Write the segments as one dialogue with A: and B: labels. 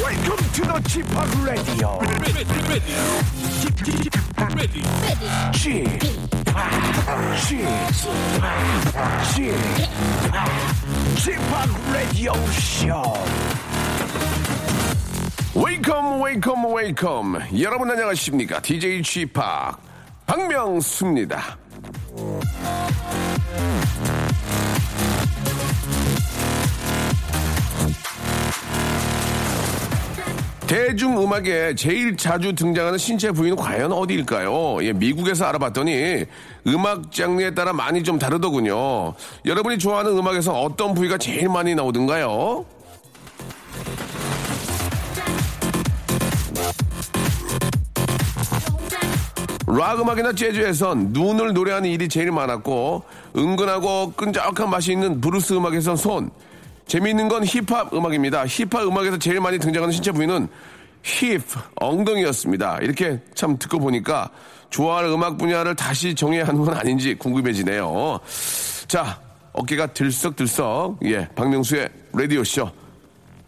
A: Welcome to the Chip Radio. Chip Chip Chip Radio Show.
B: 웨이컴 웨이컴 웨이컴 여러분 안녕하십니까 DJ g 팍 박명수입니다 대중음악에 제일 자주 등장하는 신체 부위는 과연 어디일까요? 예, 미국에서 알아봤더니 음악 장르에 따라 많이 좀 다르더군요. 여러분이 좋아하는 음악에서 어떤 부위가 제일 많이 나오던가요? 락 음악이나 재즈에선 눈을 노래하는 일이 제일 많았고 은근하고 끈적한 맛이 있는 브루스 음악에선 손 재미있는 건 힙합 음악입니다 힙합 음악에서 제일 많이 등장하는 신체 부위는 힙 엉덩이였습니다 이렇게 참 듣고 보니까 좋아할 음악 분야를 다시 정해야 하는 건 아닌지 궁금해지네요 자 어깨가 들썩들썩 예 박명수의 라디오쇼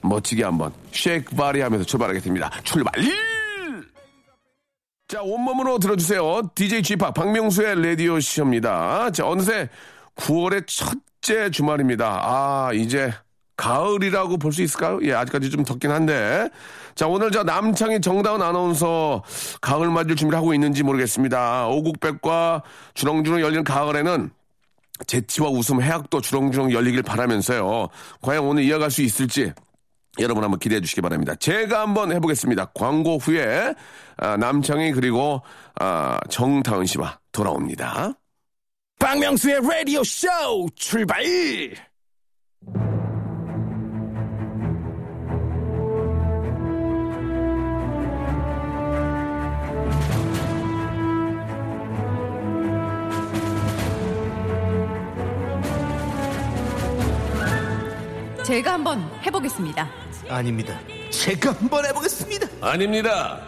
B: 멋지게 한번 쉐이크 바리 하면서 출발하겠습니다 출발 자, 온몸으로 들어주세요. DJ G파 박명수의 라디오 쇼입니다. 자, 어느새 9월의 첫째 주말입니다. 아, 이제 가을이라고 볼 수 있을까요? 예, 아직까지 좀 덥긴 한데. 자, 오늘 저 남창희 정다운 아나운서 가을 맞을 준비를 하고 있는지 모르겠습니다. 오국백과 주렁주렁 열리는 가을에는 재치와 웃음, 해학도 주렁주렁 열리길 바라면서요. 과연 오늘 이어갈 수 있을지 여러분 한번 기대해 주시기 바랍니다. 제가 한번 해보겠습니다. 광고 후에 아, 남창희 그리고 아, 정다은 씨와 돌아옵니다.
A: 박명수의 라디오 쇼 출발!
C: 제가 한번 해보겠습니다.
D: 아닙니다. 제가 한번 해보겠습니다.
B: 아닙니다.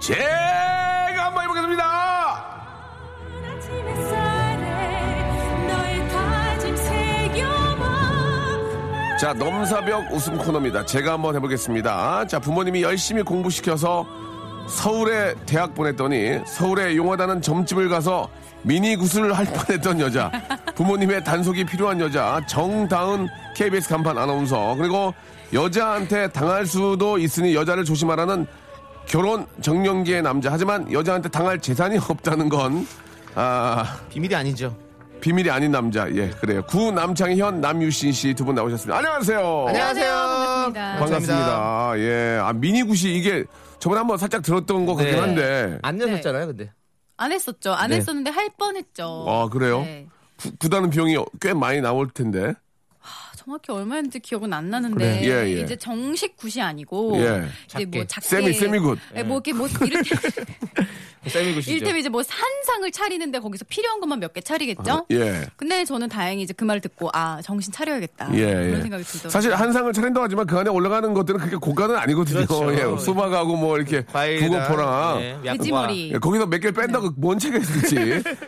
B: 제가 한번 해보겠습니다.
E: 아침 햇살에 너의 다짐 새겨봐
B: 자, 넘사벽 웃음 코너입니다. 제가 한번 해보겠습니다. 자, 부모님이 열심히 공부시켜서 서울에 대학 보냈더니 서울에 용하다는 점집을 가서 미니 구슬을 할 뻔했던 여자, 부모님의 단속이 필요한 여자, 정다은 KBS 간판 아나운서, 그리고 여자한테 당할 수도 있으니 여자를 조심하라는 결혼 정년기의 남자. 하지만 여자한테 당할 재산이 없다는 건, 아,
D: 비밀이 아니죠.
B: 비밀이 아닌 남자. 예, 그래요. 구 남창현, 남유신 씨 두 분 나오셨습니다. 안녕하세요.
D: 안녕하세요.
C: 반갑습니다.
B: 반갑습니다. 예. 아, 미니굿이 이게 저번에 한번 살짝 들었던 것 같긴
D: 네.
B: 한데.
D: 안 내셨잖아요, 근데.
C: 안 했었죠. 안
D: 네.
C: 했었는데 할 뻔했죠.
B: 아, 그래요?
C: 네.
B: 구- 구다는 비용이 꽤 많이 나올 텐데.
C: 아, 정확히 얼마였는지 기억은 안
B: 그래.
C: 나는데
B: 예, 예.
C: 이제 정식 굿이 아니고
B: 예.
C: 이제 뭐 작게
B: 세미, 세미굿.
C: 예, 뭐 이렇게 뭐 이렇게
D: 쌤이구시죠.
C: 일템 이제 뭐 산상을 차리는데 거기서 필요한 것만 몇 개 차리겠죠?
B: 예.
C: 근데 저는 다행히 이제 그 말을 듣고 아 정신 차려야겠다
B: 예,
C: 그런
B: 예.
C: 생각이 들더라고요.
B: 사실 한상을 차린다고 하지만 그 안에 올라가는 것들은 그렇게 고가는 아니거든요.
D: 그렇죠. 네.
B: 예. 수박하고 뭐 이렇게 북어포랑.
C: 그 돼지머리.
B: 예, 거기서 몇 개를 뺀다고 뭔 책에 있을지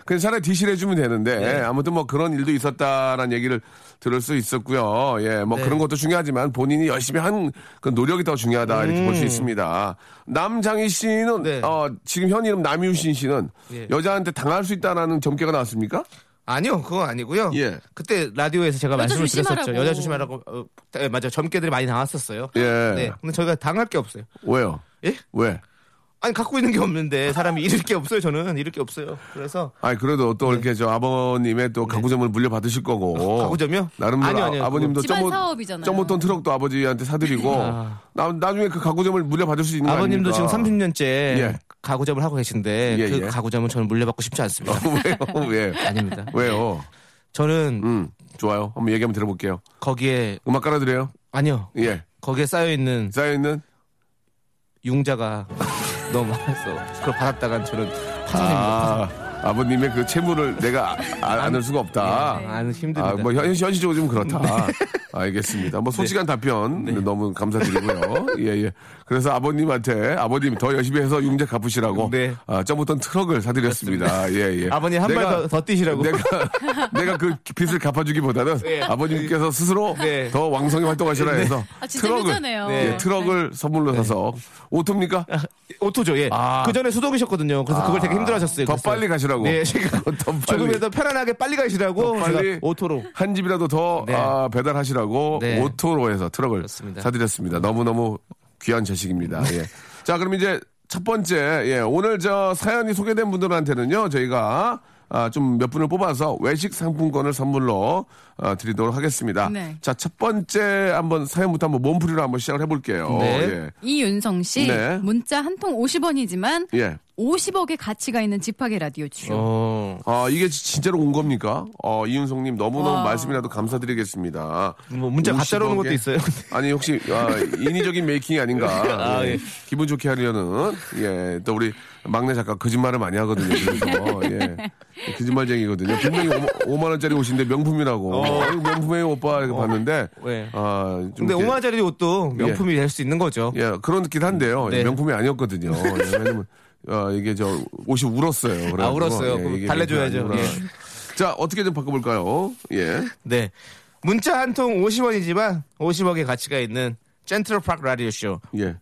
B: 그냥 차라리 디실 해주면 되는데
D: 네.
B: 예, 아무튼 뭐 그런 일도 있었다라는 얘기를 들을 수 있었고요. 예,
D: 네.
B: 뭐 그런 것도 중요하지만 본인이 열심히 한 그 노력이 더 중요하다 이렇게 볼 수 있습니다. 남장희 씨는
D: 음. 네.
B: 어, 지금 현 이름 남유신 씨는
D: 예.
B: 여자한테 당할 수 있다라는 점괘가 나왔습니까?
D: 아니요, 그건 아니고요.
B: 예.
D: 그때 라디오에서 제가
C: 여자
D: 말씀을 드렸었죠.
C: 조심하라고.
D: 여자 조심하라고. 어, 네, 맞아. 점괘들이 많이 나왔었어요.
B: 예.
D: 네. 근데 저희가 당할 게 없어요.
B: 왜요?
D: 예?
B: 왜?
D: 아니 갖고 있는 게 없는데 사람이 잃을 게 없어요. 저는 잃을 게 없어요. 그래서
B: 아니 그래도 또 이렇게 저 아버님의 또 가구점을 물려받으실 거고
D: 네. 아, 가구점이요?
B: 나름대로
D: 아니요,
B: 아
D: 아니요.
B: 버님도
C: 집안 사업이잖아요.
B: 던 트럭도 아버지한테 사드리고
D: 아.
B: 나, 나중에 그 가구점을 물려받을 수 있는 거
D: 아버님도 지금
B: 아닙니까?
D: 30년째
B: 예.
D: 가구점을 하고 계신데
B: 예,
D: 그
B: 예.
D: 가구점은 저는 물려받고 싶지 않습니다.
B: 어, 왜요? 왜?
D: 아닙니다.
B: 왜요?
D: 저는
B: 음, 좋아요. 한번 얘기 한번 들어볼게요.
D: 거기에
B: 음악 깔아드려요.
D: 아니요.
B: 예.
D: 거기에 쌓여 있는
B: 쌓여있는
D: 융자가 너무 많아서 그걸 받았다간 저는 파산입니다.
B: 아, 아버님의 그 채무를 내가 아, 안을 수가 없다.
D: 아, 는 힘듭니다. 네.
B: 아, 뭐 현, 현실적으로 좀 그렇다. 알겠습니다. 뭐 솔직한 답변 너무 감사드리고요. 예, 예. 그래서 아버님한테 아버님 더 열심히 해서 융자 갚으시라고
D: 네.
B: 아, 점부터 트럭을 사드렸습니다. 예, 예.
D: 아버님 한 발
B: 내가-
D: 더 뛰시라고.
B: 내가 내가 그 빚을 갚아주기보다는
D: 네.
B: 아버님께서 스스로
D: 네.
B: 더 왕성히 활동하시라 해서
C: 아, 진짜
B: 트럭을
C: 효자네요.
B: 예,
C: 네.
B: 트럭을 선물로 사서
D: 네.
B: 오토입니까?
D: 오토죠, 예.
B: 아.
D: 그 전에 수동이셨거든요. 그래서 그걸 되게 힘들어 하셨어요.
B: 더 빨리 가시라고.
D: 네, 제가
B: 더 빨리.
D: 조금이라도 편안하게 빨리 가시라고.
B: 더 빨리
D: 제가 오토로.
B: 한 집이라도 더
D: 네.
B: 아, 배달하시라고
D: 네.
B: 오토로 해서 트럭을
D: 그렇습니다. 네.
B: 사드렸습니다. 너무너무 귀한 자식입니다. 예. 자, 그럼 이제 첫 번째, 예, 오늘 저 사연이 소개된 분들한테는요, 저희가 아, 좀 몇 분을 뽑아서 외식 상품권을 선물로 아, 드리도록 하겠습니다.
C: 네.
B: 자, 첫 번째 한번 사연부터 한번 몸풀이로 한번 시작을 해볼게요. 예.
D: 네.
C: 이윤성 씨
B: 네.
C: 문자 한 통 50원이지만
B: 예. 예.
C: 50억의 가치가 있는 집하게 라디오 출연.
D: 어,
B: 아, 이게 지- 진짜로 온 겁니까? 어, 이윤성님 너무너무
C: 와.
B: 말씀이라도 감사드리겠습니다.
D: 뭐 문자 가짜로 오는
B: 50억에?
D: 것도 있어요.
B: 아니 혹시 아, 인위적인 메이킹이 아닌가
D: 아,
B: 예.
D: 예.
B: 기분 좋게 하려는 예또 우리 막내 작가 거짓말을 많이 하거든요 그래서
D: 네.
B: 예 거짓말쟁이거든요 분명히 5, 만 원짜리 옷인데 명품이라고 아유, 명품이에요 오빠 이렇게 봤는데
D: 예.
B: 아좀
D: 어. 근데
B: 이렇게-
D: 5만원짜리 옷도 명품이 될 수 있는 거죠.
B: 예, 그렇긴 한데요.
D: 네.
B: 명품이 아니었거든요. 예, 왜냐면, 어, 이게 저, 옷이 울었어요. 그래가지고,
D: 아, 울었어요.
B: 예,
D: 그럼 예.
B: 이게
D: 달래줘야죠.
B: 명품이 아니구나. 자, 어떻게 좀 바꿔볼까요? 예.
D: 네. 문자 한 통 50원이지만 50억의 가치가 있는 센트럴 파크 라디오 쇼.
B: 예.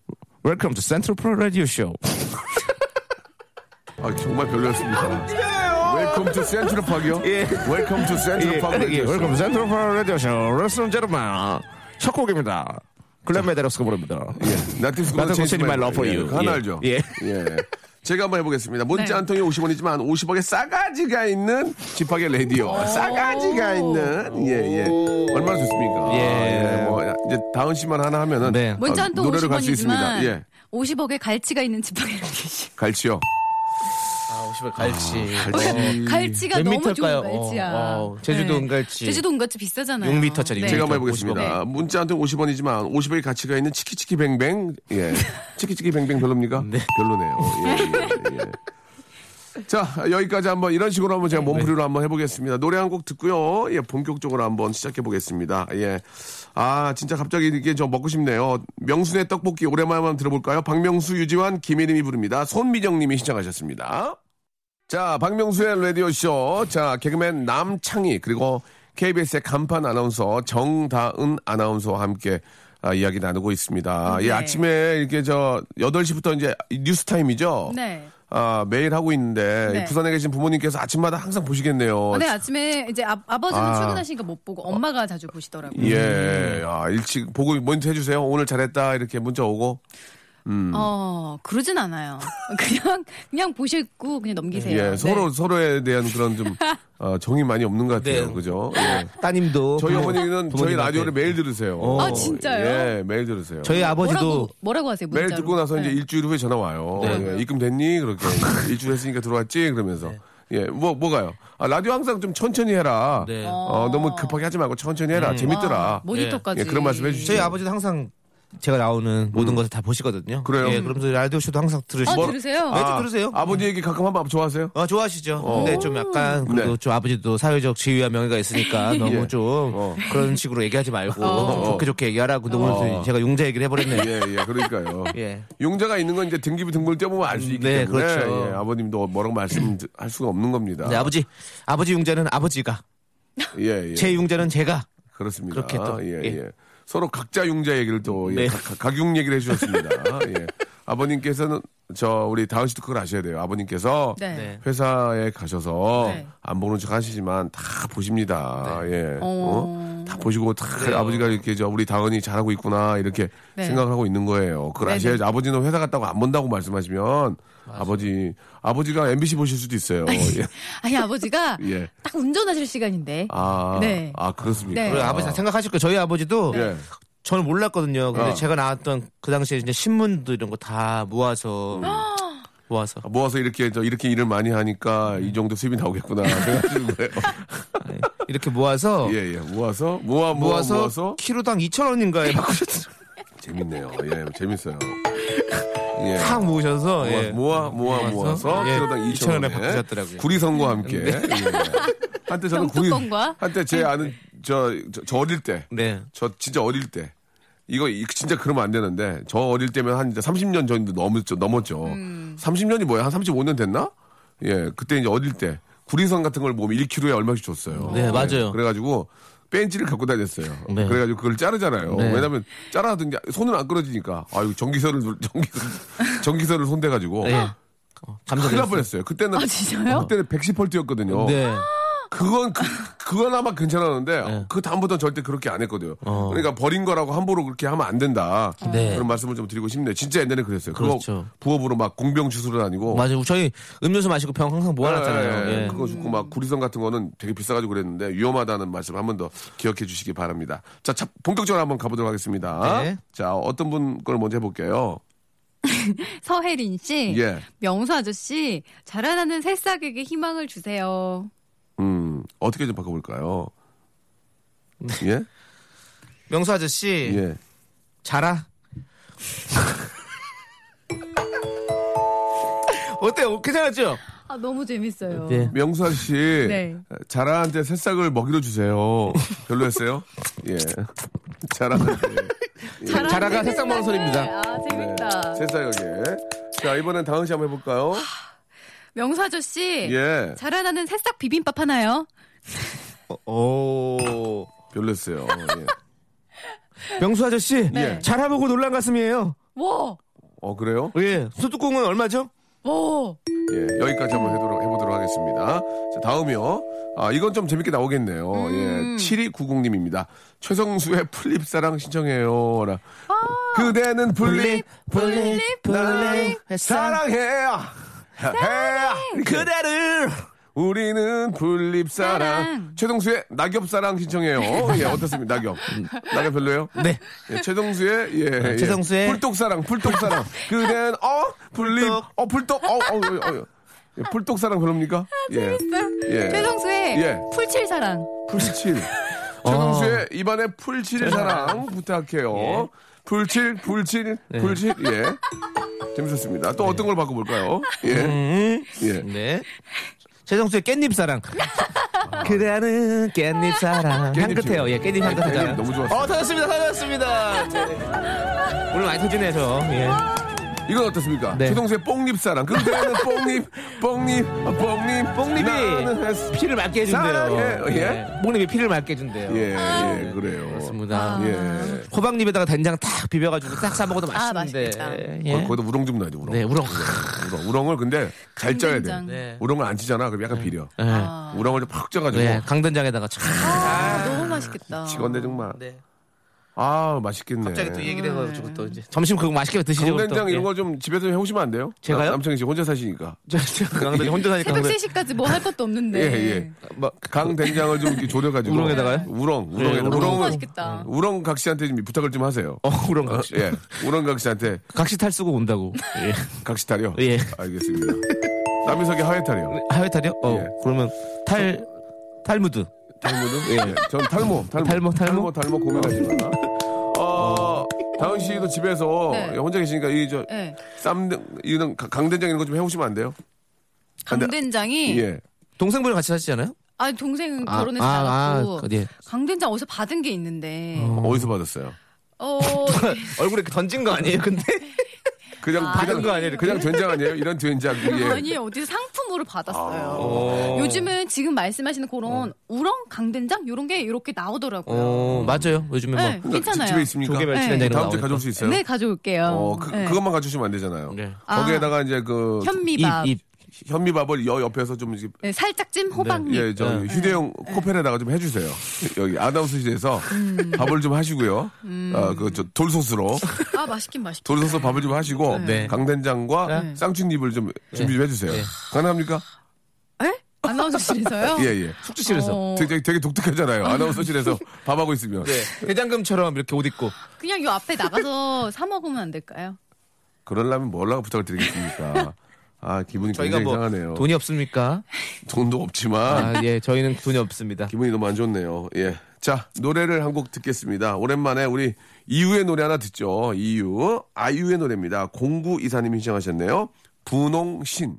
D: Welcome to Central Pro Radio Show.
B: 아, 정말 별로였습니다. 웰컴 투 센트럴 파크요?
D: 예.
B: 웰컴 투 센트럴 파크.
D: 예, Welcome to Central Pro Radio Show. Ladies and gentlemen, 첫 곡입니다. 글렌 메데로스가 부릅니다.
B: 예. 나티브 스쿨
D: 나티브 스쿨 My Love for You.
B: 하나
D: 예.
B: 알죠?
D: 예.
B: 예. 제가 한번 해보겠습니다. 문자
C: 네.
B: 한 통에 50원이지만 50억의 싸가지가 있는 집하게 레디오. 싸가지가 있는. 예, 예. 얼마나 좋습니까?
D: 예.
B: 뭐, 이제 다은 씨만 하나 하면은.
D: 네.
C: 문자
B: 아,
C: 한 통
B: 노래를 갈 수 있습니다.
C: 50원이지만
B: 예.
C: 50억의 갈치가 있는 집하게 라디오 시
B: 갈치요.
D: 아, 50억 갈치.
B: 음.
C: 갈치가
D: 몇
C: 너무
D: 미터일까요?
C: 좋은 갈치야. 네.
D: 어, 어, 제주도 은갈치.
C: 제주도 은갈치 비싸잖아요.
D: 6미터짜리.
B: 제가 한번
D: 네, 50억.
B: 해보겠습니다. 문자 한 통 50원이지만 50억의 가치가 있는 치키치키뱅뱅. 예. 치키치키뱅뱅 별로입니까? 별로네요. 예, 예, 예. 자, 여기까지 한번 이런 식으로 한번
D: 네.
B: 제가 몸부리로 한번 해보겠습니다. 노래 한 곡 듣고요. 예, 본격적으로 한번 시작해보겠습니다. 예. 아, 진짜 갑자기 이게 저 먹고 싶네요. 명순의 떡볶이 오랜만에 한번 들어볼까요? 박명수, 유지환, 김혜림이 부릅니다. 손미정님이 시청하셨습니다. 자, 박명수의 라디오쇼. 자, 개그맨 남창희, 그리고 KBS의 간판 아나운서 정다은 아나운서와 함께 아, 이야기 나누고 있습니다.
C: 네.
B: 예, 아침에 이렇게 저 8시부터 이제 뉴스타임이죠?
C: 네.
B: 아, 매일 하고 있는데
C: 네.
B: 부산에 계신 부모님께서 아침마다 항상 보시겠네요.
C: 아, 네, 아침에 이제 아, 아버지는
B: 어, 아.
C: 출근하시니까 못 보고 엄마가 자주 보시더라고요. 음.
B: 예, 아, 일찍 보고 모니터 해주세요. 오늘 잘했다. 이렇게 문자 오고. 음.
C: 어, 그러진 않아요. 그냥, 그냥 보시고 그냥 넘기세요.
B: 예,
C: 네.
B: 서로, 서로에 대한 그런 좀 어, 정이 많이 없는 것 같아요. 그죠? 예.
D: 네. 따님도.
B: 저희
D: 부모-
B: 어머니는 저희
D: 부모님한테. 어.
B: 라디오를 매일 들으세요.
C: 아, 진짜요?
B: 예, 매일 들으세요.
D: 저희 아버지도
C: 뭐라고, 뭐라고 하세요?
B: 매일
C: 문자로?
B: 듣고 나서
C: 네.
B: 이제 일주일 후에 전화 와요.
D: 네.
B: 예, 입금됐니? 그렇게 일주일 했으니까 들어왔지? 그러면서 예, 뭐 뭐가요? 아, 라디오 항상 좀 천천히 해라.
D: 네. 음.
B: 어, 너무 급하게 하지 말고 천천히 해라. 재밌더라.
C: 아, 모니터까지.
B: 예, 그런 말씀 해주시죠.
D: 저희 아버지도 항상 제가 나오는 모든 것을 다 보시거든요.
B: 음. 그래요?
D: 예, 그러면서 라디오 쇼도 항상
C: 아,
D: 들으시고.
C: 들으세요?
D: 매주 뭐 들으세요.
B: 아버지 얘기 가끔 한번 좋아하세요?
D: 어, 좋아하시죠. 근데 좀 약간 그래도
B: 네.
D: 좀 아버지도 사회적 지위와 명예가 있으니까 너무
B: 예.
D: 좀 그런 식으로 얘기하지 말고 좀 좋게 좋게 얘기하라고. 근데
B: 어.
D: 오늘 제가 용자 얘기를 해버렸네요.
B: 예, 예, 그러니까요.
D: 예.
B: 용자가 있는 건 이제 등기부 등본을 떼보면 알 수 있기
D: 네,
B: 때문에
D: 그렇죠. 네,
B: 예, 아버님도 뭐라고 말씀할 수가 없는 겁니다.
D: 근데 아버지, 아버지 용자는 아버지가,
B: 예, 예.
D: 제 용자는 제가.
B: 그렇습니다.
D: 그렇게 또,
B: 예,
D: 예.
B: 예. 서로 각자 융자 얘기를 또 예,
D: 네.
B: 가- 가- 각융 얘기를 해주셨습니다. 예. 아버님께서는 저 우리 다은 씨도 그걸 아셔야 돼요. 아버님께서
C: 네.
D: 네.
B: 회사에 가셔서
C: 네.
B: 안 보는 척 하시지만 다 보십니다.
D: 네.
B: 예. 어?
C: 어.
B: 다 보시고 다 아버지가 이렇게 저 우리 다은이 잘하고 있구나 이렇게
C: 네.
B: 생각하고 있는 거예요. 그걸
C: 네네.
B: 아셔야지 아버지는 회사 갔다고 안 본다고 말씀하시면 아버지 아버지가 MBC 보실 수도 있어요.
C: 네.
B: 예.
C: 아니, 아버지가
B: 예.
C: 딱 운전하실 시간인데.
B: 아,
C: 네.
B: 아 그렇습니까?
C: 네.
D: 우리 아버지 다 생각하실 거예요. 저희 아버지도
B: 예.
D: 저는 몰랐거든요. 근데
B: 어. 제가
D: 제가 나왔던 그 당시에 이제 신문도 이런 거 다 모아서 모아서
B: 모아서 이렇게 저 이렇게 일을 많이 하니까 이 정도 수입이 나오겠구나 생각하시는 거예요.
D: 이렇게 모아서
B: 예, 예. 모아서, 모아, 모아,
D: 어. 모아서, 네.
B: 모아서. 서
D: 키로당 2,000원인가에 그렇죠. 바꾸셨어요.
B: 재밌네요. 예, 재밌어요. 예.
D: 탁 모으셔서
B: 모아,
D: 예.
B: 모아, 모아,
D: 모아서,
B: 모아서
D: 예,
B: 키로당 2천
D: 2,000원 에
B: 원에
D: 바꾸셨더라고요. 네.
B: 구리선과 함께. 예. 한때 저는 구리,
C: 영뚜껑과?
B: 한때 제 아는 저, 저, 저 어릴 때,
D: 네.
B: 저 진짜 어릴 때. 이거 이- 진짜 그러면 안 되는데 저 어릴 때면 한 이제 30년 전도 넘었죠 넘었죠
C: 음.
B: 30년이 뭐야 한 35년 됐나 예 그때 이제 어릴 때 구리선 같은 걸 보면 1kg에 얼마씩 줬어요
D: 네,
B: 예,
D: 맞아요.
B: 그래가지고 벤치를 갖고 다녔어요
D: 네.
B: 그래가지고 그걸 자르잖아요
D: 네.
B: 왜냐면 자라든 게 손은 안 끌어지니까 아유 전기선을 누- 전기선 전기선을 손대가지고 아,
D: 예. 어,
B: 큰일 날
D: 감사드립니다.
B: 뻔했어요 그때는
C: 아, 진짜요?
B: 그때는 110볼트였거든요
D: 네.
B: 그건 그, 그건 아마 괜찮았는데
D: 네.
B: 그 다음부터 는 절대 그렇게 안 했거든요.
D: 어.
B: 그러니까 버린 거라고 함부로 그렇게 하면 안 된다.
D: 네.
B: 그런 말씀을 좀 드리고 싶네요. 진짜 옛날에 그랬어요. 그거
D: 그렇죠.
B: 부업으로 막 공병 주스로 다니고
D: 맞아요. 저희 음료수 마시고 병 항상 모아놨잖아요.
B: 예,
D: 예.
B: 그거 죽고 막 구리선 같은 거는 되게 비싸가지고 그랬는데 위험하다는 말씀 한 번 더 기억해 주시기 바랍니다. 자, 자, 본격적으로 한번 가보도록 하겠습니다.
D: 네.
B: 자, 어떤 분 걸 먼저 해볼게요.
C: 서혜린 씨,
B: 예.
C: 명수 아저씨, 자라나는 새싹에게 희망을 주세요.
B: 음, 어떻게 좀 바꿔볼까요?
D: 네.
B: 예?
D: 명수 아저씨
B: 예.
D: 자라. 어때요? 괜찮았죠?
C: 아 너무 재밌어요.
D: 네.
B: 명수 씨,
C: 네.
B: 자라한테 새싹을 먹이로 주세요. 별로였어요? 예. 자라한테.
C: 자라-
D: 자라가 새싹 먹는 소리입니다. 네.
C: 아 재밌다.
B: 새싹에게. 자, 이번엔 다은 씨 한번 해볼까요?
C: 명수 아저씨,
B: 예.
C: 자라나는 새싹 비빔밥 하나요?
D: 어, 오.
B: 별로였어요. 예.
D: 명수 아저씨
B: 네.
D: 자라보고 놀란 가슴이에요.
C: 와,
B: 어, 그래요?
D: 예. 소뚜껑은 얼마죠?
C: 와.
B: 예, 여기까지 한번 해도록, 해보도록 하겠습니다. 자, 다음이요. 아, 이건 좀 재밌게 나오겠네요. 예, 7290님입니다. 최성수의 플립사랑 신청해요. 라. 그대는 아. 플립,
D: 블립
B: 나를 사랑해요. 사랑해.
D: 그대를
B: 우리는 분립사랑.
C: 사랑.
B: 최동수의 낙엽사랑 신청해요. 예, 어떻습니다, 낙엽. 낙엽 별로예요?
D: 음. 네.
B: 예, 최동수의, 예. 예.
D: 최동수의-
B: 풀독사랑, 풀독사랑. 그댄, 어? 분립,
D: 풀독.
B: 어, 풀독, 어, 어, 어, 어. 예, 풀독사랑
D: 아,
B: 그럽니까? 예. 예.
C: 네? 최성수의
B: 예.
C: 풀칠사랑.
B: 풀칠.
D: 어.
B: 최동수의 입안에 풀칠 사랑 부탁해요.
D: 예.
B: 풀칠, 풀칠,
D: 네.
B: 풀칠, 예. 재밌었습니다. 또 어떤 걸 바꿔볼까요? 예. 예.
D: 네. 최정수의 깻잎 사랑. 그대는 깻잎 사랑.
B: 깻잎
D: 향긋해요. 예, 깻잎 향긋하잖아요.
B: 깻잎 너무 좋았어요.
D: 어, 터졌습니다. 터졌습니다. 오늘 많이 터지네, 저. 예.
B: 이건 어떻습니까?
D: 네.
B: 최동수의 뽕잎 사랑. 그때는 뽕잎, 뽕잎, 아, 뽕잎.
D: 뽕잎이
B: 나는 했-
D: 피를 맑게 해준대요.
B: 사랑해. 예.
D: 뽕잎이 피를 맑게 해준대요.
B: 예, 예, 그래요.
D: 맞습니다.
B: 예.
D: 호박잎에다가 된장 탁 비벼가지고 딱 싸먹어도
C: 아,
D: 맛있는데.
C: 맛있겠다.
D: 예.
B: 거- 거기다 우렁 좀 넣어야죠, 우렁.
D: 네, 우렁.
B: 우렁. 우렁을 근데 잘 짜야 돼.
C: 강된장.
D: 네.
B: 우렁을 안 치잖아. 그럼 약간 비려.
D: 예.
B: 우렁을 좀 팍 짜가지고.
D: 예, 강된장에다가 참.
C: 아, 너무 맛있겠다.
B: 치건데 정말.
D: 네.
B: 아, 맛있겠네.
D: 갑자기 또 얘기를 해가지고 또 이제 점심 그거 맛있게 드시죠.
B: 강된장
D: 또.
B: 이런
D: 예.
B: 거 좀 집에서 해오시면 안 돼요?
D: 제가요?
B: 남- 남창희 씨 혼자 사시니까.
D: 저, 저 강된장 혼자 사니까
C: 새벽
D: 강된-
C: 3시까지 뭐 할 것도 없는데.
B: 예, 예.
D: 막
B: 강된장을 좀 이렇게 졸여가지고.
D: 우렁에다가요?
B: 우렁, 우렁에
D: 예, 우렁.
C: 네, 너무
B: 우렁은.
C: 맛있겠다.
D: 음.
B: 우렁 각 씨한테 좀 부탁을 좀 하세요.
D: 어, 우렁
B: 어,
D: 각시.
B: 예. 우렁각 씨한테
D: 각시 탈 쓰고 온다고. 예.
B: 각시탈이요?
D: 예.
B: 알겠습니다. 남희석의 하회탈이요.
D: 하회 탈이요? 어,
B: 예.
D: 그러면 탈 탈무드.
B: 탈모는? 예. 전 탈모. 탈모.
D: 탈모, 탈모?
B: 탈모, 탈모 고민하지 마. 어, 다은 씨도 집에서
C: 네.
B: 혼자 계시니까 이 저
C: 예.
B: 쌈등 이런 가- 강된장 이런 거 좀 해오시면 안 돼요?
C: 강된장이
B: 예.
D: 동생분이랑 같이 사시잖아요?
C: 아니 동생은
D: 아,
C: 결혼해서
D: 아,
C: 나갔고
D: 아, 예.
C: 강된장 어디서 받은 게 있는데
B: 어디서 받았어요?
C: 어
D: 얼굴에 이렇게 던진 거 아니에요? 근데
B: 그냥 그냥 예,
D: 받은 거 아니에요?
B: 그냥 된장 아니에요? 이런 된장. 예.
C: 아니 어디서 상품으로 받았어요.
B: 아.
C: 요즘은 지금 말씀하시는 그런
B: 어.
C: 우렁 강된장 요런 게 이렇게 나오더라고요.
D: 어, 맞아요. 요즘에
C: 네,
D: 뭐
B: 집- 그
C: 괜찮아요.
B: 집에 있습니까?
D: 조개멸치
C: 네.
D: 된장 이런 거
B: 다음 주에
D: 나오니까.
B: 가져올 수 있어요?
C: 네 가져올게요.
B: 어, 그,
C: 네.
B: 그것만 가져오시면 안 되잖아요.
D: 네.
B: 거기에다가 이제 그
C: 현미밥,
D: 입, 입.
B: 현미밥을 여 옆에서 좀 이렇게
C: 네, 살짝 찜 호박잎. 네.
B: 예, 저 휴대용 코펠에다가 좀 해주세요. 여기 아나운서실에서 밥을 좀 하시고요. 어, 그저 돌솥으로
C: 아 맛있긴 맛있.
B: 돌솥으로 밥을 좀 하시고
D: 네.
B: 강된장과 쌍춘잎을 좀 준비 좀 해주세요. 가능합니까?
C: 예? 아나운서실에서요?
B: 예, 예.
D: 숙주실에서.
C: 어,
B: 되게, 되게 독특하잖아요. 아나운서실에서 밥하고 있으면.
D: 네. 대장금처럼 이렇게 옷 입고.
C: 그냥 요 앞에 나가서 사 먹으면 안 될까요?
B: 그러려면 뭘라고 부탁을 드리겠습니까? 아 기분이
F: 저희가
B: 굉장히
F: 뭐
B: 이상하네요.
F: 돈이 없습니까?
B: 돈도 없지만
F: 아, 예, 저희는 돈이 없습니다.
B: 기분이 너무 안 좋네요. 예. 자, 노래를 한 곡 듣겠습니다. 오랜만에 우리 이유의 노래 하나 듣죠. 이유, 아이유의 노래입니다. 공구 이사님이 신청하셨네요. 분홍신.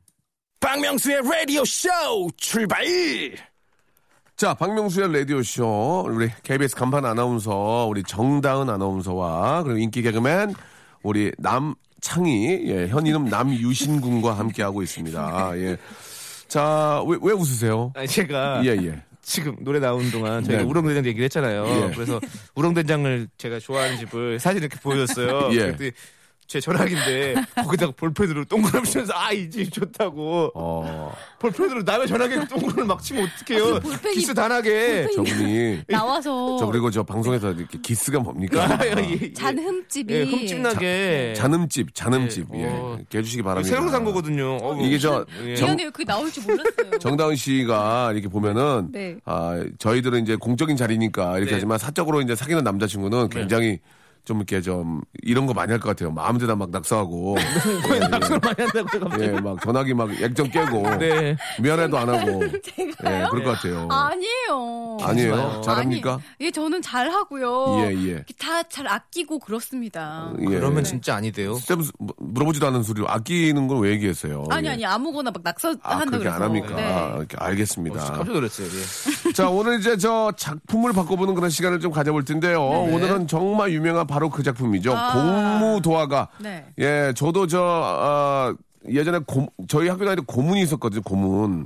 A: 박명수의 라디오 쇼 출발
B: 자, 박명수의 라디오쇼. 우리 KBS 간판 아나운서, 우리 정다은 아나운서와, 그리고 인기 개그맨, 우리 남창희, 예, 현 이름 남유신 군과 함께하고 있습니다. 예. 자, 왜, 왜 웃으세요?
F: 아니, 제가
B: 예, 예.
F: 지금 노래 나오는 동안 저희가
B: 네.
F: 우렁된장 얘기를 했잖아요.
B: 예.
F: 그래서 우렁된장을 제가 좋아하는 집을 사진 이렇게 보여줬어요.
B: 예.
F: 그랬더니 제 전화기인데 거기다가 볼펜으로 동그라미 치면서 아 이 집 좋다고
B: 어,
F: 볼펜으로 남의 전화기에 동그라미 막 치면 어떡해요.
C: 볼펜이-
F: 키스 단하게.
B: 저분이.
C: 나와서
B: 예. 저 그리고 저 방송에서 이렇게 기스가 뭡니까?
F: 아,
B: 어.
C: 잔 흠집이
F: 예, 흠집나게.
B: 잔음집, 잔음집.
F: 네.
B: 예.
F: 어.
B: 이렇게 해주시기
F: 이거
B: 바랍니다.
F: 새로 산 거거든요. 어우,
B: 이게 저
F: 예.
B: 정-
C: 미안해요. 그게 나올 줄 몰랐어요.
B: 정다은 씨가 이렇게 보면은
C: 네.
B: 아 저희들은 이제 공적인 자리니까 이렇게
F: 네.
B: 하지만 사적으로 이제 사귀는 남자친구는 굉장히 좀 이렇게 좀 이런 거 많이 할 것 같아요. 마음대로 막 낙서하고
F: 왜 낙서를 많이 한다고요, 갑자기.
B: 예, 막 전화기 막 액정 깨고
F: 네.
B: 미안해도 안 하고
C: 제가요?
B: 예, 그럴 것 같아요.
C: 아니에요.
B: 아니에요?
F: 아니에요.
B: 잘합니까?
C: 아니, 예, 저는 잘 하고요.
B: 예, 예.
C: 다 잘 아끼고 그렇습니다.
B: 예.
F: 그러면 진짜 아니 돼요.
B: 쌤, 물어보지도 않은 소리로 아끼는 걸 왜 얘기했어요?
C: 아니
B: 예.
C: 아니 아무거나 막 낙서
B: 아,
C: 한다
B: 그렇게
C: 그래서.
B: 안 합니까?
C: 네.
B: 아, 이렇게 알겠습니다.
F: 깜짝 놀랐어요. 예.
B: 자, 오늘 이제 저 작품을 바꿔보는 그런 시간을 좀 가져볼 텐데요. 오늘은 정말 유명한 바로 그 작품이죠.
C: 네. 아.
B: 공무도화가.
C: 네.
B: 예, 저도 저, 아, 예전에 고- 저희 학교 다닐 때 고문이 있었거든요, 고문.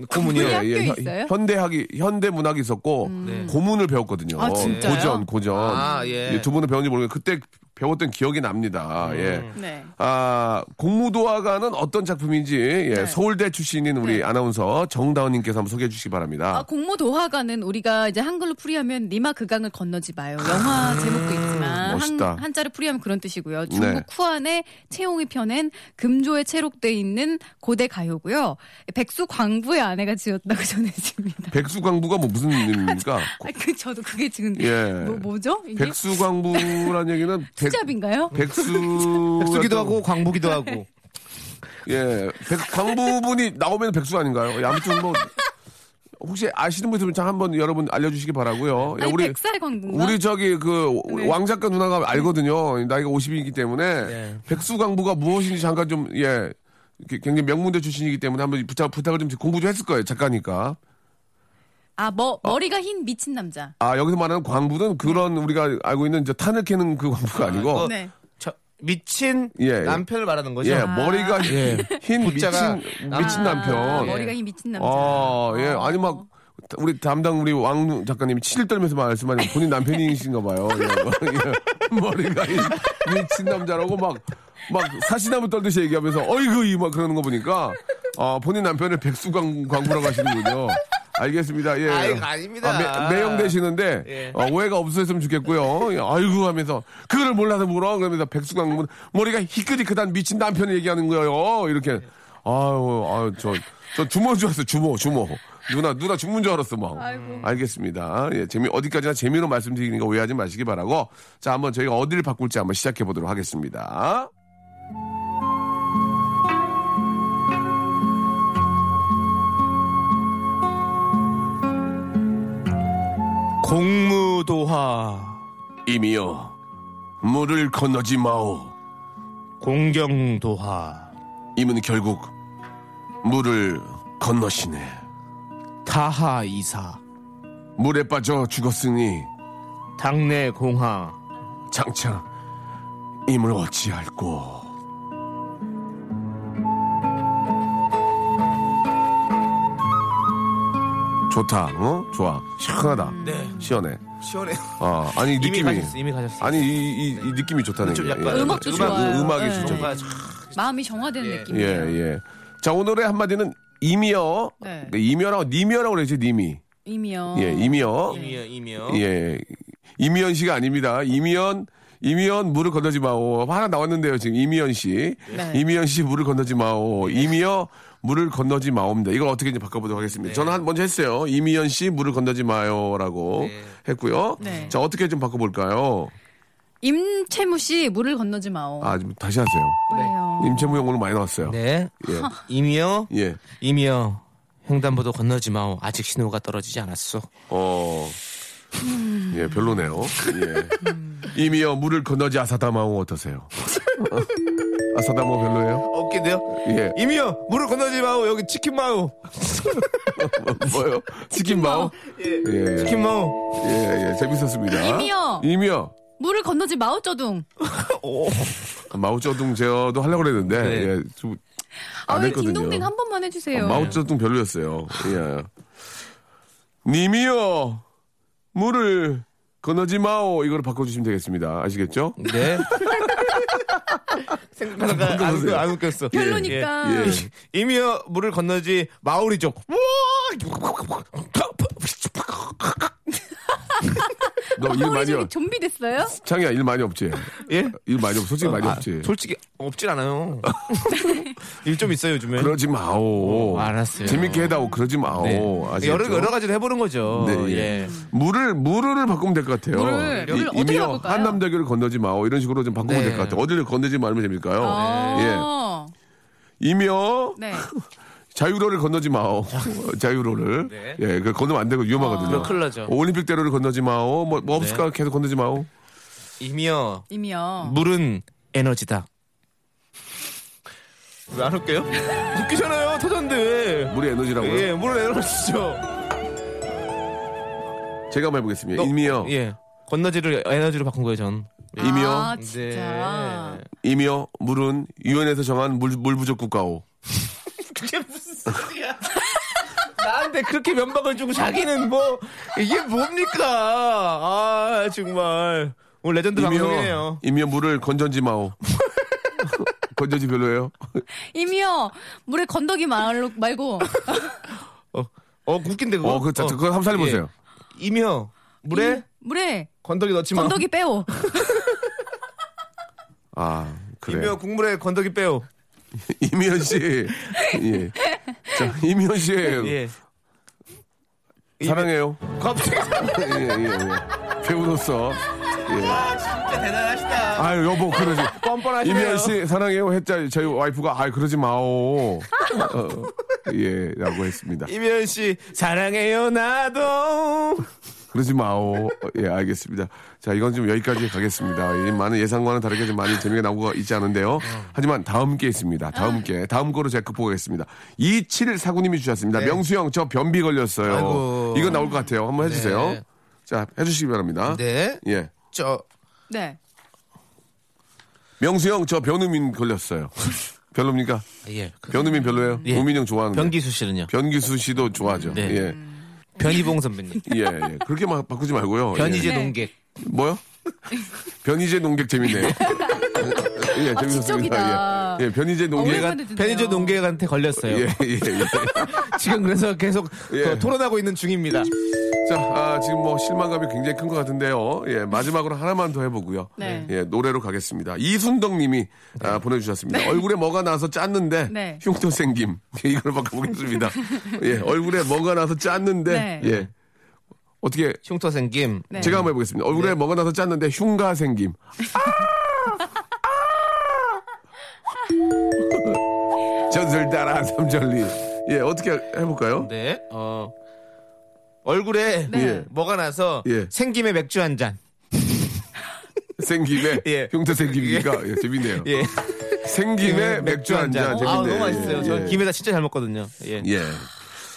B: 예,
F: 고문이요?
C: 우리 학교에
B: 현-
C: 있어요? 음.
B: 현대학이, 현대문학이 있었고,
F: 네.
B: 고문을 배웠거든요.
C: 아, 진짜요?
B: 고전, 고전.
F: 아, 예.
B: 두 분은 배웠는지 모르겠는데, 그때 배웠던 기억이 납니다.
F: 음.
B: 예.
C: 네.
B: 아, 공무도화가는 어떤 작품인지, 예,
C: 네.
B: 서울대 출신인 우리
C: 네.
B: 아나운서 정다운님께서 한번 소개해 주시기
C: 아,
B: 바랍니다.
C: 공모 도화가는 우리가 이제 한글로 풀이하면 니마 그강을 건너지 마요. 영화 제목도 있지만
B: 아, 멋있다.
C: 한, 한자를 풀이하면 그런 뜻이고요. 중국
B: 네.
C: 후안의 채용이 펴낸 금조에 채록돼 있는 고대 가요고요. 백수 광부의 아내가 지었다고 전해집니다.
B: 백수광부가 뭐 무슨 일입니까?
C: 아, 그 저도 그게 지금
B: 예.
C: 뭐, 뭐죠? 이게
B: 백수광부란 얘기는 백, 그,
C: 수잡인가요?
B: 백수
F: 백수기도 하고 광부기도 하고.
B: 예 백, 광부분이 나오면 백수 아닌가요? 예, 아무튼 뭐 혹시 아시는 분 있으면 자 한번 여러분 알려주시기 바라고요. 예,
C: 아니 백살의 광부인가? 네.
B: 우리 저기 그 왕작가 누나가 알거든요. 나이가 50이기 때문에
F: 네.
B: 백수광부가 무엇인지 잠깐 좀예 굉장히 명문대 출신이기 때문에 한번 부탁 부탁을 좀 공부 좀 했을 거예요 작가니까.
C: 아, 머,
B: 어.
C: 머리가 흰 미친 남자.
B: 아 여기서 말하는 광부는 그런 우리가 알고 있는 이제 탄을 캐는 그 광부가 아니고
F: 어.
C: 네.
F: 저, 미친
B: 예, 예.
F: 남편을 말하는 거죠.
B: 예, 머리가 흰 미친,
F: 부자가 남-
B: 미친
C: 아,
B: 남편. 예.
C: 머리가 흰 미친 남자.
B: 아, 예. 아니, 막, 우리 담당 우리 왕 작가님이 치질 떨면서 말씀하시는 본인 남편이신가 봐요. 예. 예. 머리가 이 미친 남자라고 막, 막 사시나무 떨듯이 얘기하면서 어이구, 이막 그러는 거 보니까 아, 본인 남편을 백수광 광부라고 하시는군요. 알겠습니다. 예.
F: 아이, 아닙니다.
B: 아, 매, 매형 되시는데
F: 예.
B: 어, 오해가 없으셨으면 좋겠고요. 예, 아이고 하면서 그거를 몰라서 물어 그러면서 백수광문 머리가 희끗희끗한 미친 남편을 얘기하는 거예요. 이렇게 아유 아유 저, 저 주모 줄 알았어 주모 주모 누나 누나 주문 줄 알았어 막 알겠습니다. 예 재미 어디까지나 재미로 말씀드리니까 오해하지 마시기 바라고 자 한번 저희가 어디를 바꿀지 한번 시작해 보도록 하겠습니다.
F: 공무도화,
B: 이미여 물을 건너지 마오.
F: 공경도화,
B: 임은 결국 물을 건너시네.
F: 타하이사,
B: 물에 빠져 죽었으니
F: 당내 공화,
B: 장차 임을 어찌할꼬 좋다 어 좋아 시원하다
F: 네.
B: 시원해
F: 시원해.
B: 아 아니
F: 이미
B: 느낌이
F: 가셨어, 이미 가셨어.
B: 아니 이, 이, 이 느낌이 좋다는
F: 좀
B: 게
F: 약간
B: 예.
C: 그 음악도
B: 음악,
C: 좋아요.
B: 음악이
C: 예.
B: 진짜
F: 뭔가
C: 마음이 정화되는
F: 예.
C: 느낌이에요.
B: 예예자 오늘의 한마디는 이미어
C: 네.
B: 그러니까 이미어라고 니미어라고 그러지 니미
C: 이미요.
B: 예 이미어
F: 이미요, 이미요.
B: 예. 이미연 씨가 아닙니다. 이미연, 이미연 물을 건너지 마오. 하나 나왔는데요, 지금 이미연 씨.
C: 네.
B: 이미연 씨 물을 건너지 마오. 이미여 물을 건너지 마옵니다. 이걸 어떻게 이제 바꿔보도록 하겠습니다. 저는 한 먼저 했어요. 이미연 씨 물을 건너지 마요라고 했고요.
C: 네.
B: 자, 어떻게 좀 바꿔볼까요?
C: 임채무 씨 물을 건너지 마오.
B: 아, 좀 다시 하세요.
C: 왜요?
B: 임채무 형 오늘 많이 나왔어요.
G: 네.
F: 예.
G: 임이여,
B: 예.
G: 임이여. 횡단보도 건너지 마오. 아직 신호가 떨어지지 않았어.
B: 어. 예, 별로네요. 예. 이미여 물을 건너지 아사다마오 어떠세요? 아사다마오 별로예요?
D: 없겠네요.
B: 예.
D: 이미요 물을 건너지 마오 여기 치킨 마오
B: 뭐요? 치킨 마오? 예.
D: 치킨 마오.
B: 예, 예. 재밌었습니다.
C: 이미여.
B: 이미여.
C: 물을 건너지 마오 쪼둥.
B: 아, 마오쩌둥 제어도 하려고 그랬는데
G: 네.
B: 예, 좀
C: 아
B: 안
C: 왜
B: 했거든요. 아,
C: 딩동댕 한 번만 해주세요.
B: 마오쩌둥 별로였어요. 예. 님이요 물을 건너지 마오 이걸 바꿔주시면 되겠습니다. 아시겠죠?
G: 네. 아,
D: 안, 웃겨, 안 웃겼어.
C: 별로니까.
B: 예.
D: 이미요 물을 건너지 마오리족.
B: 너일 어, 많이
C: 허우리족이
B: 없.
C: 좀비 됐어요?
B: 창이야 일 많이 없지.
D: 예?
B: 일 많이 없. 솔직히 많이
D: 아,
G: 네.
B: 없지.
D: 솔직히 없진 않아요. 일 좀 있어요 요즘에.
B: 그러지 마오.
G: 어, 알았어요.
B: 재밌게 해다오. 그러지 마오.
G: 네.
B: 아시겠죠?
D: 여러 여러 가지를 해보는 거죠.
B: 그렇죠. 네, 예. 물을 물을 바꾸면 될 것 같아요.
C: 물을, 물을 어떻게
B: 이미여
C: 바꿀까요?
B: 한남대교를 건너지 마오 이런 식으로 좀 바꾸면
G: 네.
B: 될 것 같아요. 어디를 건너지 말면 재밌을까요? 예.
C: 아.
B: 이며
C: 네.
B: 자유로를 건너지 마오. 자유로를.
G: 네.
B: 예, 그 건너면 안 되고 위험하거든요. 어,
G: 그럼 큰일 나죠.
B: 올림픽대로를 건너지 마오. 뭐, 뭐 없을까? 계속 건너지 마오.
G: 임이여,
B: 아,
C: 이미요.
G: 물은 에너지다.
D: 왜 안 웃겨요? 웃기잖아요 터졌는데.
B: 물이 에너지라고요?
D: 예 물을 에너지죠.
B: 제가 한번 해보겠습니다. 이며,
G: 예. 건너지를 에너지로 바꾼 거예요, 전.
B: 이미요.
C: 아
D: 네.
C: 진짜.
G: 네.
B: 이며, 물은 유엔에서 정한 물, 물 부족 국가오.
D: 나한테 그렇게 면박을 주고 자기는 뭐 이게 뭡니까? 아 정말 오늘 레전드 방송이네요.
B: 이며 물을 건전지 마오. 건전지 별로예요?
C: 이미요. 물에 건더기 말로 말고.
D: 어, 어 웃긴데 그거.
B: 어, 그, 자, 그거 한번 살려보세요.
D: 이며 물에
C: 이- 물에
D: 건더기 넣지 마.
C: 건더기 빼오.
B: 아, 그래요.
D: 이며 국물에 건더기 빼요.
B: 이미현 씨. 예. 자, 이미현 씨.
G: 예.
B: 사랑해요.
D: 갑자기
B: 예, 예, 예. 배우로서. 예. 아, 진짜 대단하시다. 아유, 여보, 그러지.
D: 뻔뻔하시네요.
B: 이미현 씨, 사랑해요. 했자 저희 와이프가, 아이, 그러지 마오. 어, 예, 라고 했습니다.
D: 이면 씨 사랑해요 나도.
B: 그러지 마오. 어, 예, 알겠습니다. 자, 이건 좀 여기까지 가겠습니다. 예, 많은 예상과는 다르게 좀 많이 재미가 나오고 있지 않은데요. 하지만 다음 게 있습니다. 다음 게. 다음 거로 제가 극복하겠습니다. 2749님이 주셨습니다. 명수형, 저 변비 걸렸어요.
G: 네. 아이고.
B: 이건 나올 것 같아요. 한번 해주세요.
G: 네.
B: 자, 해주시기 바랍니다.
G: 네.
B: 예.
G: 저,
C: 네.
B: 명수형, 저 변우민 걸렸어요. 별로입니까?
G: 예. 그-
B: 변우민 별로예요?
G: 예.
B: 우민형 좋아하는데.
G: 변기수 씨는요?
B: 변기수 씨도 좋아하죠.
G: 네.
B: 예.
G: 변희봉 선배님.
B: 예, 예. 그렇게 막 바꾸지 말고요. 예.
G: 변희재
C: 네.
G: 농객.
B: 뭐요? 변희재 농객 재밌네요. 예,
C: 아, 지적이다. 어,
B: 예, 예, 변희재 농객.
C: 오랜만에 듣네요.
D: 베니저
B: 예,
D: 농객한테 걸렸어요.
B: 예, 예.
D: 지금 그래서 계속
B: 예.
D: 더 토론하고 있는 중입니다.
B: 자, 아, 지금 뭐 실망감이 굉장히 큰 것 같은데요. 예, 마지막으로 하나만 더 해보고요.
C: 네.
B: 예, 노래로 가겠습니다. 이순덕 님이 아, 보내주셨습니다. 얼굴에 뭐가 나서 짰는데
C: 네.
B: 흉터 생김. 예, 이걸 바꿔보겠습니다. 예, 얼굴에 뭐가 나서 짰는데
C: 네.
B: 예. 어떻게
G: 흉터 생김.
C: 네.
B: 제가 한번 해보겠습니다. 얼굴에 뭐가 나서 짰는데 흉가 생김. 아! 전설 따라 삼절리. 예, 어떻게 해볼까요?
G: 네. 어,
D: 얼굴에
C: 네. 예.
D: 뭐가 나서
B: 예.
D: 생김에 맥주 한 잔.
B: 생김에
D: 예.
B: 흉터 생김이니까 예, 재밌네요.
D: 예.
B: 생김에 맥주 한 잔.
D: 어,
B: 재밌네요.
D: 아, 너무 맛있어요.
B: 예,
D: 저
B: 예.
D: 김에다 진짜 잘 먹거든요. 예.
B: 예.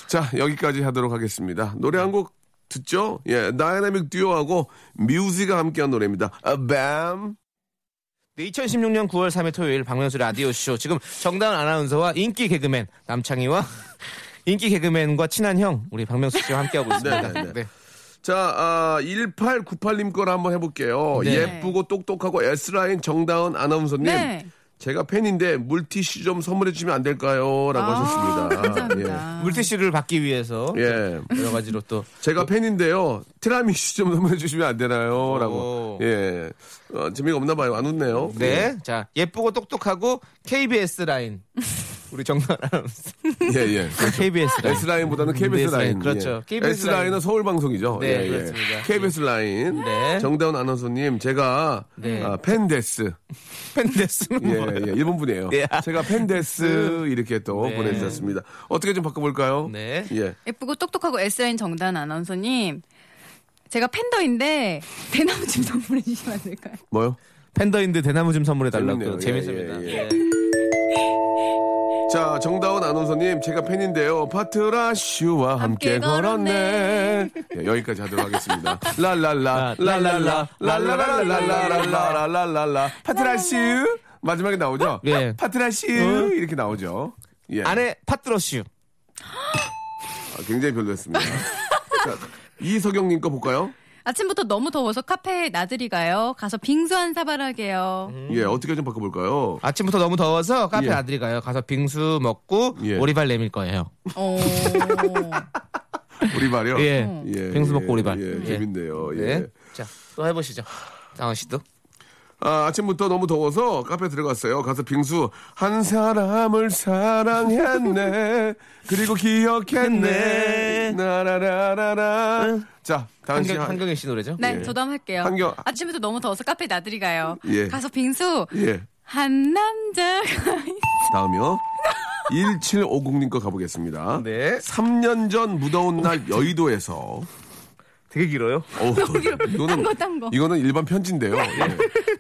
B: 자, 여기까지 하도록 하겠습니다. 노래 한 곡 듣죠? 예, 다이나믹 듀오하고 뮤즈가 함께한 노래입니다. 아, 뱀.
G: 네, 2016년 9월 3일 토요일 박명수 라디오 쇼 지금 정다은 아나운서와 인기 개그맨 남창희와 인기 개그맨과 친한 형 우리 박명수 씨와 함께하고 있습니다.
B: 네, 네, 네. 자, 아, 1898님 거를 한번 해볼게요.
G: 네.
B: 예쁘고 똑똑하고 S라인 정다은 아나운서님.
C: 네.
B: 제가 팬인데 물티슈 좀 선물해 주시면 안 될까요? 라고 하셨습니다.
C: 아, 감사합니다.
G: 물티슈를 받기 위해서
B: 예. 예.
G: 여러 가지로 또
D: 어.
B: 제가 팬인데요. 티라미슈 좀 선물해 주시면 안 되나요? 라고.
G: 오.
B: 예. 어, 재미가 없나 봐요. 안 웃네요.
G: 네. 자, 예쁘고 똑똑하고 KBS 라인 우리 정단 아나운서.
B: 예, 예. 그렇죠.
G: KBS 라인.
B: S 라인보다는 KBS
G: KBS 라인,
B: 라인.
G: 네, 그렇죠.
B: 예.
G: KBS
B: S 라인은 서울 방송이죠.
G: 네,
B: 예, 예.
G: 그렇습니다.
B: KBS 라인.
G: 네.
B: 정다운 아나운서님, 제가
G: 네.
B: 아, 팬데스.
G: 팬데스는
B: 예, 예, 일본 분이에요.
G: 예.
B: 제가 팬데스 이렇게 또
G: 네.
B: 보내주셨습니다. 어떻게 좀 바꿔볼까요?
G: 네.
B: 예.
C: 예쁘고 똑똑하고 S라인 정단 아나운서님. 제가 팬더인데 대나무 좀 선물해 주시면 안 될까요?
B: 뭐요?
G: 팬더인데 대나무 좀 선물해
B: 재밌네요.
G: 달라고.
B: 예,
G: 재밌습니다.
B: 예, 예. 자, 정다운 아나운서님, 제가 팬인데요. 파트라 슈와 함께,
C: 함께
B: 걸었네. 예, 여기까지 하도록 하겠습니다.
G: 아,
B: 랄랄라, 랄랄라, 랄랄라랄라랄라랄라랄라. 파트라 슈. 마지막에 나오죠?
G: 예.
B: 파트라 슈. 이렇게 나오죠. 예.
G: 안에 팥들어슈.
B: 아, 굉장히 별로였습니다. 자, 이석영님 거 볼까요?
C: 아침부터 너무 더워서 카페에 나들이 가요. 가서 빙수 한 사발하게요.
B: 예, 어떻게 좀 바꿔볼까요?
G: 아침부터 너무 더워서 카페
B: 예.
G: 아들이 가요. 가서 빙수 먹고
B: 예.
G: 오리발 내밀 거예요.
C: 어.
B: 오리발이요?
G: 예. 빙수 먹고
B: 예,
G: 오리발.
B: 예,
G: 예.
B: 재밌네요. 예.
G: 네. 자, 또 해보시죠. 장원 씨도.
B: 아, 아침부터 너무 더워서 카페 들어갔어요. 가서 빙수 한 사람을 사랑했네. 그리고 기억했네. 나라라라라. 자, 다음
G: 한경,
B: 시간.
G: 한경희 씨 노래죠?
C: 네, 저도 한번 할게요.
B: 예. 한겨-
C: 아침부터 너무 더워서 카페에 나들이 가요.
B: 예.
C: 가서 빙수
B: 예.
C: 한 남자가
B: 다음이요. 1750님 거 가보겠습니다.
G: 네. 어,
B: 3년 전 무더운 날 여의도에서
G: 되게 길어요.
B: 어우, 아, 이거는
C: 딴거, 딴 거.
B: 이거는 일반 편지인데요. 예.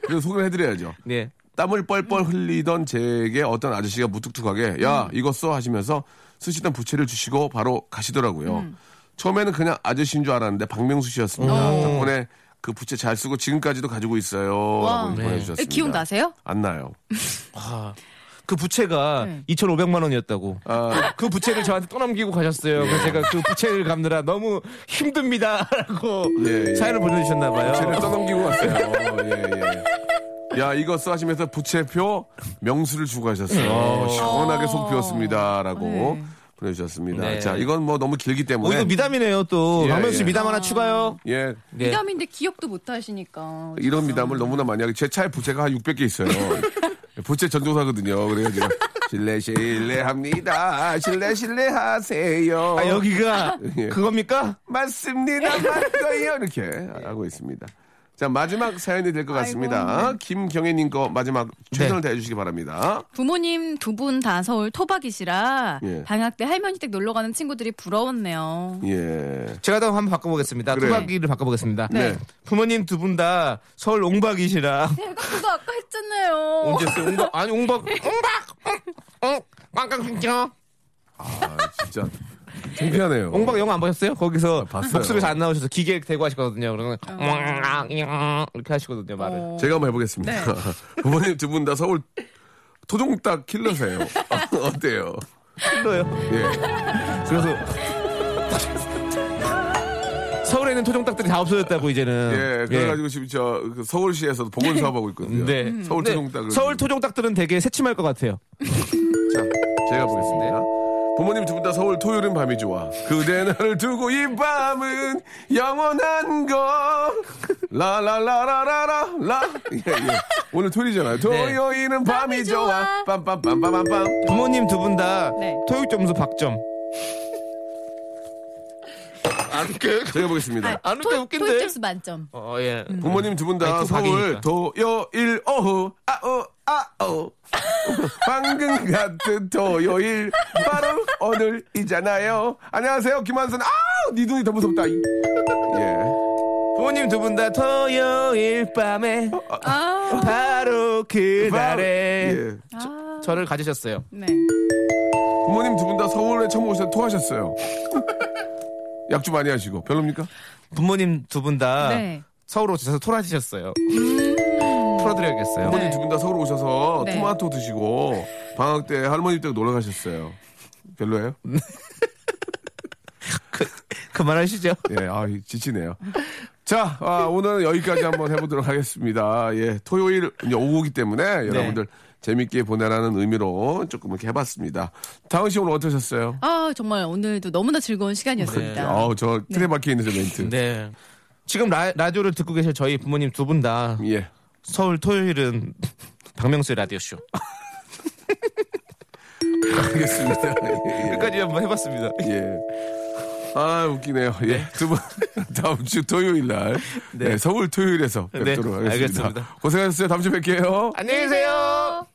B: 그래서 소개를 해드려야죠.
G: 네.
B: 땀을 뻘뻘 흘리던 제게 어떤 아저씨가 무뚝뚝하게
G: 음.
B: 야 이거 써 하시면서 쓰시던 부채를 주시고 바로 가시더라고요. 처음에는 그냥 아저씨인 줄 알았는데 박명수 씨였습니다. 덕분에 그 부채 잘 쓰고 지금까지도 가지고 있어요.
C: 와.
B: 라고
C: 네.
B: 보내주셨습니다.
C: 기억나세요?
B: 안 나요.
G: 아, 그 부채가
C: 네.
G: 2,500만 원이었다고.
B: 아,
G: 그 부채를 저한테 떠넘기고 가셨어요. 그래서 제가 그 부채를 갚느라 너무 힘듭니다라고
B: 예, 예.
G: 사연을 보내주셨나 봐요.
B: 부채를 떠넘기고 왔어요. 예, 예. 야 이거 써 하시면서 부채표 명수를 주고
G: 네.
B: 하셨어요. 시원하게 속 비웠습니다라고
C: 네.
B: 보내주셨습니다.
G: 네.
B: 자 이건 뭐 너무 길기
G: 오,
B: 때문에
G: 이거 미담이네요 또.
B: 예,
G: 박명수 씨
B: 예.
G: 미담 하나 추가요.
B: 예
G: 네.
C: 미담인데 기억도 못 하시니까.
B: 이런 미담을 너무나 많이 하게 제 차에 부채가 한 600개 있어요. 부채 전조사거든요. 그래요 제가 실례 실례합니다. 실례 실례하세요.
G: 아, 여기가
B: 예.
G: 그겁니까?
B: 맞습니다. 맞아요. 이렇게 하고 있습니다. 자 마지막 사연이 될 것 같습니다.
G: 네.
B: 김경애님 거 마지막 최선을 다해 주시기 바랍니다.
C: 부모님 두 분 다 서울 토박이시라
B: 예.
C: 방학 때 할머니 댁 놀러 가는 친구들이 부러웠네요.
B: 예.
G: 제가 또 한번 바꿔보겠습니다.
B: 그래요.
G: 토박이를 바꿔보겠습니다.
B: 네.
G: 부모님 두 분 다 서울 옹박이시라.
C: 내가 그거 아까 했잖아요.
G: 언제 했어요? 옹박? 아니 옹박. 옹박. 응. 꽝꽝 숨겨.
B: 아 진짜 창피하네요.
G: 옹박 영화 안 보셨어요? 거기서
B: 봤어요.
G: 목소리가 안 나오셔서 기계 대고 하시거든요. 그러면 이렇게 하시거든요 말을.
B: 제가 한번 해보겠습니다.
G: 네.
B: 부모님 두 분 다 서울 토종닭 킬러세요. 어때요?
G: 요
B: 예.
G: 그래서 서울에 있는 토종닭들이 다 없어졌다고 이제는.
B: 예, 그래가지고 지금 저그 서울시에서 보건 사업하고 있거든요.
G: 네. 음.
B: 서울
G: 근데
B: 토종닭을.
G: 서울 토종닭들은 되게 새침할 것 같아요.
B: 자, 제가 보겠습니다.
G: 네.
B: 부모님 두 분 다 서울 토요일은 밤이 좋아. 그대 나를 두고 이 밤은 영원한 거. 라라라라라라. 예, 예. 오늘 토요일이잖아요.
G: 네.
B: 토요일은 밤이 좋아. 빰빰빰빰빰빰.
G: 부모님 두 분 다
C: 네.
G: 토익 점수 박점. 안 웃겨요?
B: 제가 보겠습니다.
G: 안 웃겨 웃긴데.
C: 아, 토익점수 만점.
G: 어, 예.
B: 부모님 두 분 다
G: 아니, 또
B: 서울
G: 박이니까.
B: 토요일 오후 아오 아오 방금 같은 토요일 바로 오늘이잖아요. 안녕하세요 김한선. 아우 네 눈이 더 무섭다. 이. 예.
G: 부모님 두 분 다 토요일 밤에 바로 그날에
B: 바로, 예.
G: 저를 가지셨어요.
C: 네.
B: 부모님 두 분 다 서울에 처음 오셔서 토하셨어요. 약주 많이 하시고 별로입니까?
G: 부모님 두 분 다
C: 네.
G: 서울 오셔서 토라지셨어요. 음. 풀어드려야겠어요.
B: 부모님 네, 두 분 다 서울 오셔서
C: 네.
B: 토마토 드시고 방학 때 할머니 댁 놀러 가셨어요. 별로예요?
G: 그만하시죠.
B: 예, 아, 이 지치네요. 자, 아, 오늘은 여기까지 한번 해보도록 하겠습니다. 예, 토요일 이제 오후기 때문에
F: 네.
B: 여러분들 재밌게 보내라는 의미로 조금 이렇게 해봤습니다. 다은 씨 오늘 어떠셨어요?
C: 아 정말 오늘도 너무나 즐거운
F: 네.
C: 시간이었습니다.
B: 아우, 저 틀에 박혀 있는 저 멘트.
G: 네. 지금 라, 라디오를 듣고 계실 저희 부모님 두 분 다
B: 예.
G: 서울 토요일은 박명수의 라디오쇼.
B: 알겠습니다. 예.
F: 끝까지 한번 해봤습니다.
B: 예. 아, 웃기네요. 예. 두 분, 다음 주 토요일 날.
F: 네.
B: 네, 서울 토요일에서
F: 네,
B: 뵙도록 하겠습니다.
F: 알겠습니다.
B: 고생하셨어요. 다음 주에 뵐게요.
F: 안녕히 계세요.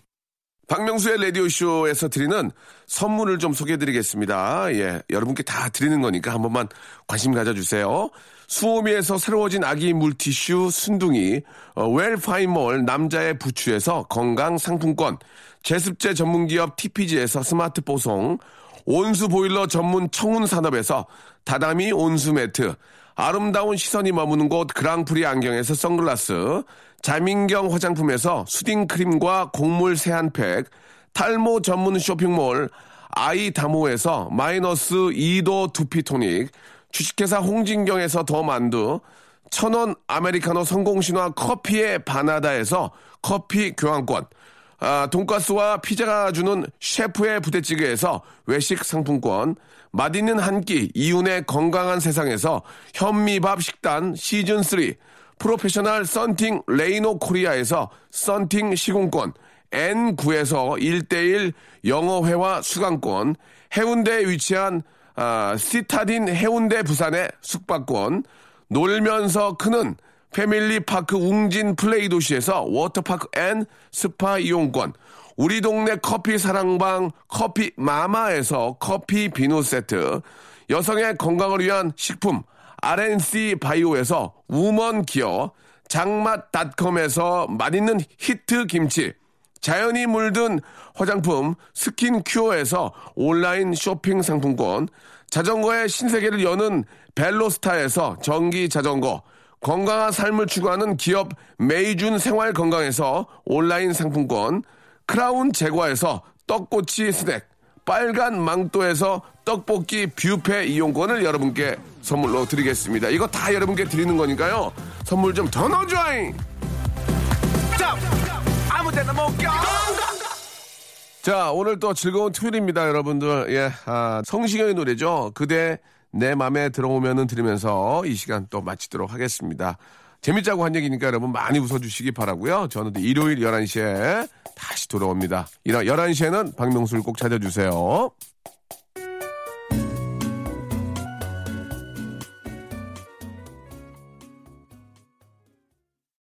B: 박명수의 라디오쇼에서 드리는 선물을 좀 소개해 드리겠습니다. 예. 여러분께 다 드리는 거니까 한 번만 관심 가져주세요. 수오미에서 새로워진 아기 물티슈 순둥이, 어, 웰파이몰 남자의 부추에서 건강 상품권, 제습제 전문기업 TPG에서 스마트 보송, 온수 보일러 전문 청운 산업에서 다다미 온수 매트, 아름다운 시선이 머무는 곳 그랑프리 안경에서 선글라스, 자민경 화장품에서 수딩 크림과 곡물 세안팩, 탈모 전문 쇼핑몰 아이다모에서 마이너스 2도 두피토닉, 주식회사 홍진경에서 더 만두, 천원 아메리카노 성공신화 커피의 바나다에서 커피 교환권, 아, 돈가스와 피자가 주는 셰프의 부대찌개에서 외식 상품권, 맛있는 한 끼 이윤의 건강한 세상에서 현미밥 식단 시즌 3, 프로페셔널 썬팅 레이노 코리아에서 썬팅 시공권, N9에서 1대1 영어회화 수강권, 해운대에 위치한 아, 시타딘 해운대 부산의 숙박권, 놀면서 크는 패밀리파크 웅진 플레이 도시에서 워터파크 앤 스파 이용권, 우리 동네 커피 사랑방 커피 마마에서 커피 비누 세트, 여성의 건강을 위한 식품 RNC 바이오에서 우먼 기어, 장맛닷컴에서 맛있는 히트 김치, 자연이 물든 화장품 스킨큐어에서 온라인 쇼핑 상품권, 자전거의 신세계를 여는 벨로스타에서 전기 자전거, 건강한 삶을 추구하는 기업 메이준 생활 건강에서 온라인 상품권, 크라운 제과에서 떡꼬치 스낵, 빨간 망토에서 떡볶이 뷔페 이용권을 여러분께 선물로 드리겠습니다. 이거 다 여러분께 드리는 거니까요. 선물 좀 더 넣어줘잉! 자, 오늘 또 즐거운 토요일입니다, 여러분들. 예, 아, 성시경의 노래죠. 그대 내 맘에 들어오면은 들으면서 이 시간 또 마치도록 하겠습니다. 재밌자고 한 얘기니까 여러분 많이 웃어주시기 바라고요 저는 또 일요일 11시에 다시 돌아옵니다. 이라 11시에는 박명수를 꼭 찾아주세요.